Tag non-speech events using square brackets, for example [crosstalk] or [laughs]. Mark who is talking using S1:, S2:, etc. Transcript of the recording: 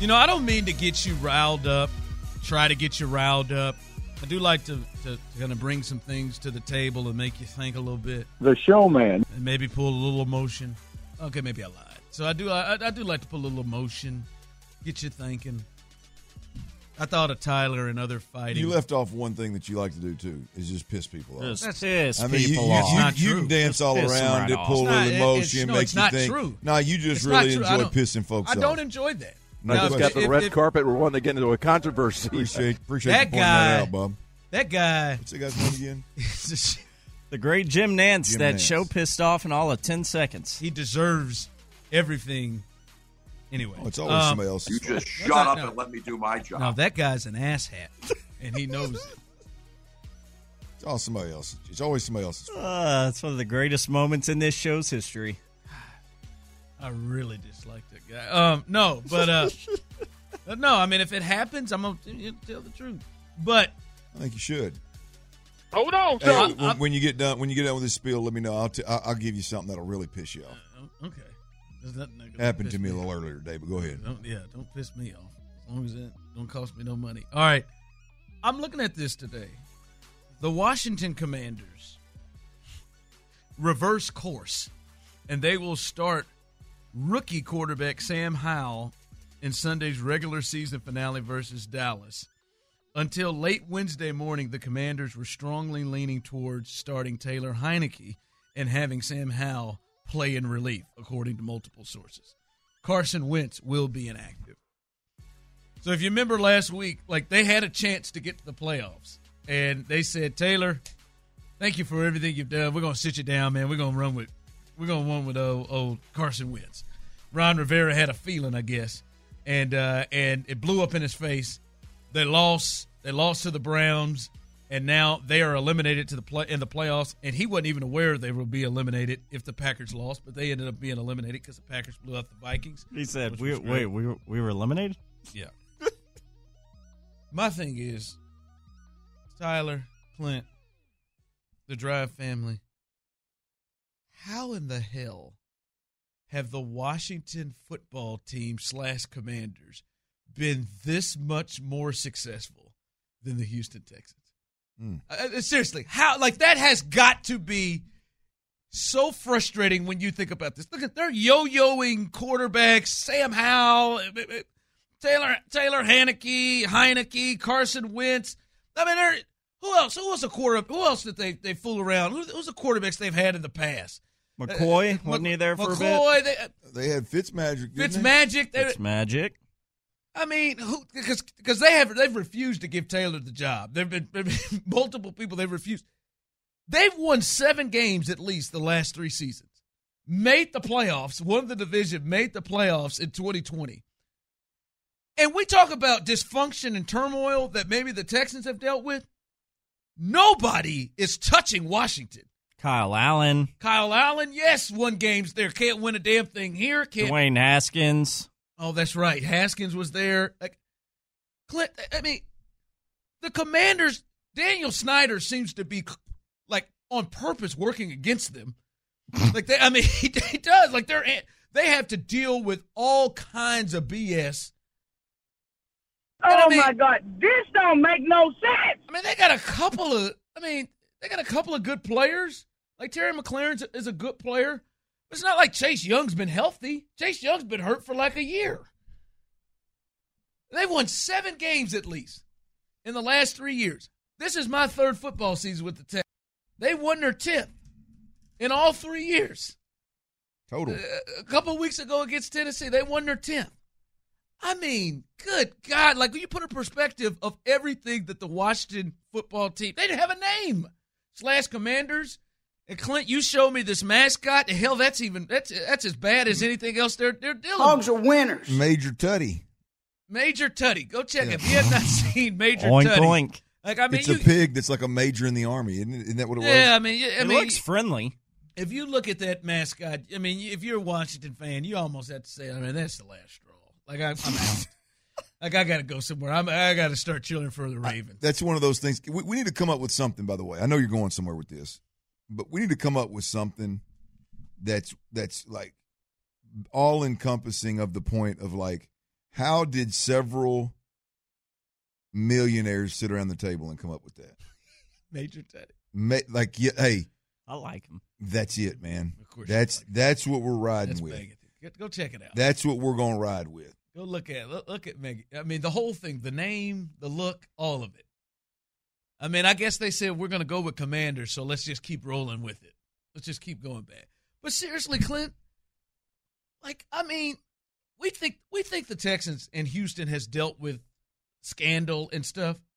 S1: You know, I don't mean to get you riled up, try to get you riled up. I do like to, to, to kind of bring some things to the table and make you think a little bit
S2: The showman.
S1: and maybe pull a little emotion. Okay, maybe I lied. So I do I, I do like to pull a little emotion, get you thinking. I thought of Tyler and other fighting.
S3: You left off one thing that you like to do too is just piss people off.
S4: Just
S1: That's-
S4: piss
S3: I mean, you,
S4: people
S3: you,
S4: off.
S3: you-
S1: Not
S3: you
S1: true.
S3: can dance all
S4: Piss them
S3: around
S4: right
S3: it,
S4: off.
S1: It's
S3: pull a
S1: not-
S3: little
S1: it-
S3: emotion,
S1: it's- no,
S3: make
S1: it's
S3: you
S1: not
S3: think.
S1: true.
S3: No, you just
S1: It's not
S3: really
S1: true. I
S3: enjoy
S1: don't-
S3: pissing folks
S1: I
S3: off.
S1: don't enjoy that.
S3: No
S1: Now,
S5: Just
S3: question.
S5: got the
S1: if-
S5: red
S1: if-
S5: carpet. We're wanting to get into a controversy.
S3: Appreciate appreciate
S1: That
S3: you pointing that
S1: guy-
S3: out, Bob.
S1: That guy. [laughs]
S3: What's that guy's name again?
S4: the great Jim Nance
S3: Jim
S4: that
S3: Nance.
S4: show pissed off in all of ten seconds.
S1: he deserves everything. Anyway,
S3: Oh, it's always
S1: um,
S3: somebody else's.
S5: You
S3: fault.
S5: just shut up
S1: no.
S5: and let me do my job.
S1: Now that guy's an asshat, and he knows it.
S3: It's always somebody else's. It's always somebody else's. fault.
S4: Uh, it's one of the greatest moments in this show's history.
S1: I really dislike that guy. Um, no, but uh, but no. I mean, if it happens, I'm gonna you know, tell the truth. But
S3: I think you should.
S6: Hold on,
S3: Hey,
S6: son.
S3: when, when you get done, when you get done with this spiel, let me know. I'll, t- I'll, I'll give you something that'll really piss you off.
S1: oh, okay, There's nothing that can
S3: Happened to
S1: piss
S3: me a little earlier today, but go ahead.
S1: Don't yeah, don't piss me off. As long as it don't cost me no money. All right. I'm looking at this today. The Washington Commanders reverse course and they will start rookie quarterback Sam Howell in Sunday's regular season finale versus Dallas. Until late Wednesday morning, the Commanders were strongly leaning towards starting Taylor Heineke and having Sam Howell play in relief, according to multiple sources. Carson Wentz will be inactive. So if you remember last week, like they had a chance to get to the playoffs, and they said, Taylor, thank you for everything you've done. We're gonna sit you down, man. We're gonna run with, we're gonna run with old, old Carson Wentz. Ron Rivera had a feeling, I guess, and uh, and it blew up in his face. They lost. They lost to the Browns, and now they are eliminated to the play in the playoffs. And he wasn't even aware they would be eliminated if the Packers lost, but they ended up being eliminated because the Packers blew out the Vikings.
S4: He said,
S1: Which
S4: "We
S1: was great.
S4: wait, we were, we were eliminated."
S1: Yeah. [laughs] My thing is, Tyler, Clint, the Drive family, how in the hell have the Washington football team slash commanders been this much more successful than the Houston Texans?
S3: Hmm.
S1: Uh, uh, seriously, how like that has got to be so frustrating when you think about this. Look at they're yo-yoing quarterbacks, Sam Howell, eh, eh, eh, Taylor Taylor Haneke, Heineke, Carson Wentz. I mean, they're, who else? Who else a quarter? Who else did they they fool around? Who, who's the quarterbacks they've had in the past?
S4: McCoy
S1: Uh, Mc-
S4: wasn't he there for a
S1: McCoy, they, uh,
S3: They had Fitzmagic. didn't they?
S1: Fitzmagic.
S4: bit?
S1: They,
S4: It's magic.
S1: I mean, who? Because because they have they've refused to give Taylor the job. There've been, there've been [laughs] multiple people they've refused. They've won seven games at least the last three seasons. Made the playoffs, won the division, made the playoffs in 2020. And we talk about dysfunction and turmoil that maybe the Texans have dealt with. Nobody is touching Washington.
S4: Kyle Allen,
S1: Kyle Allen, yes, won games there. Can't win a damn thing here. Can't
S4: Dwayne Haskins.
S1: Oh, that's right. Haskins was there. Like, Clint, I mean, the commanders, Daniel Snyder seems to be like on purpose working against them. like, they, I mean, [laughs] he, he does. Like, they're, they have to deal with all kinds of BS.
S6: Oh
S1: And I mean-
S6: my God, this don't make no sense.
S1: I mean, they got a couple of. I mean, they got a couple of good players. Like Terry McLaren is a good player. It's not like Chase Young's been healthy. Chase Young's been hurt for like a year. They've won seven games at least in the last three years. This is my third football season with the Tech. They won their tenth in all three years.
S3: Total.
S1: A- A couple of weeks ago against Tennessee, they won their tenth. I mean, good God! Like when you put a perspective of everything that the Washington football team, they didn't have a name. Slash Commanders and Clint, you show me this mascot. and Hell, that's even that's that's as bad as anything else they're they're dealing. with.
S7: Hogs are winners.
S3: Major Tutty.
S1: Major Tutty, go check it. If you have not [laughs] seen Major
S4: Oink
S1: Tutty,
S4: oink.
S1: like I mean,
S3: it's
S1: you,
S3: a pig that's like a major in the army. Isn't, it? Isn't that what it was?
S1: yeah, I mean, you- I
S4: it
S1: mean,
S4: looks friendly.
S1: if you look at that mascot, I mean, if you're a Washington fan, you almost have to say, I mean, that's the last straw. Like I, I'm [laughs] out. like I got to go somewhere. I'm, I got to start cheering for the Ravens.
S3: That's one of those things. We, we need to come up with something. By the way, I know you're going somewhere with this, but we need to come up with something that's that's like all encompassing of the point of like How did several millionaires sit around the table and come up with that?
S1: Major Teddy.
S3: Ma- like, yeah, hey,
S4: I like him.
S3: that's it, man.
S1: Of course you
S3: That's
S1: like
S3: that's what we're riding
S1: That's
S3: with.
S1: Megan. Go- Go check it out.
S3: That's what we're gonna ride with.
S1: Go look at look, look at Megan. I mean, the whole thing, the name, the look, all of it. I mean, I guess they said we're going to go with Commander, so let's just keep rolling with it. Let's just keep going back. But seriously, Clint, like I mean, we think we think the Texans and Houston has dealt with scandal and stuff.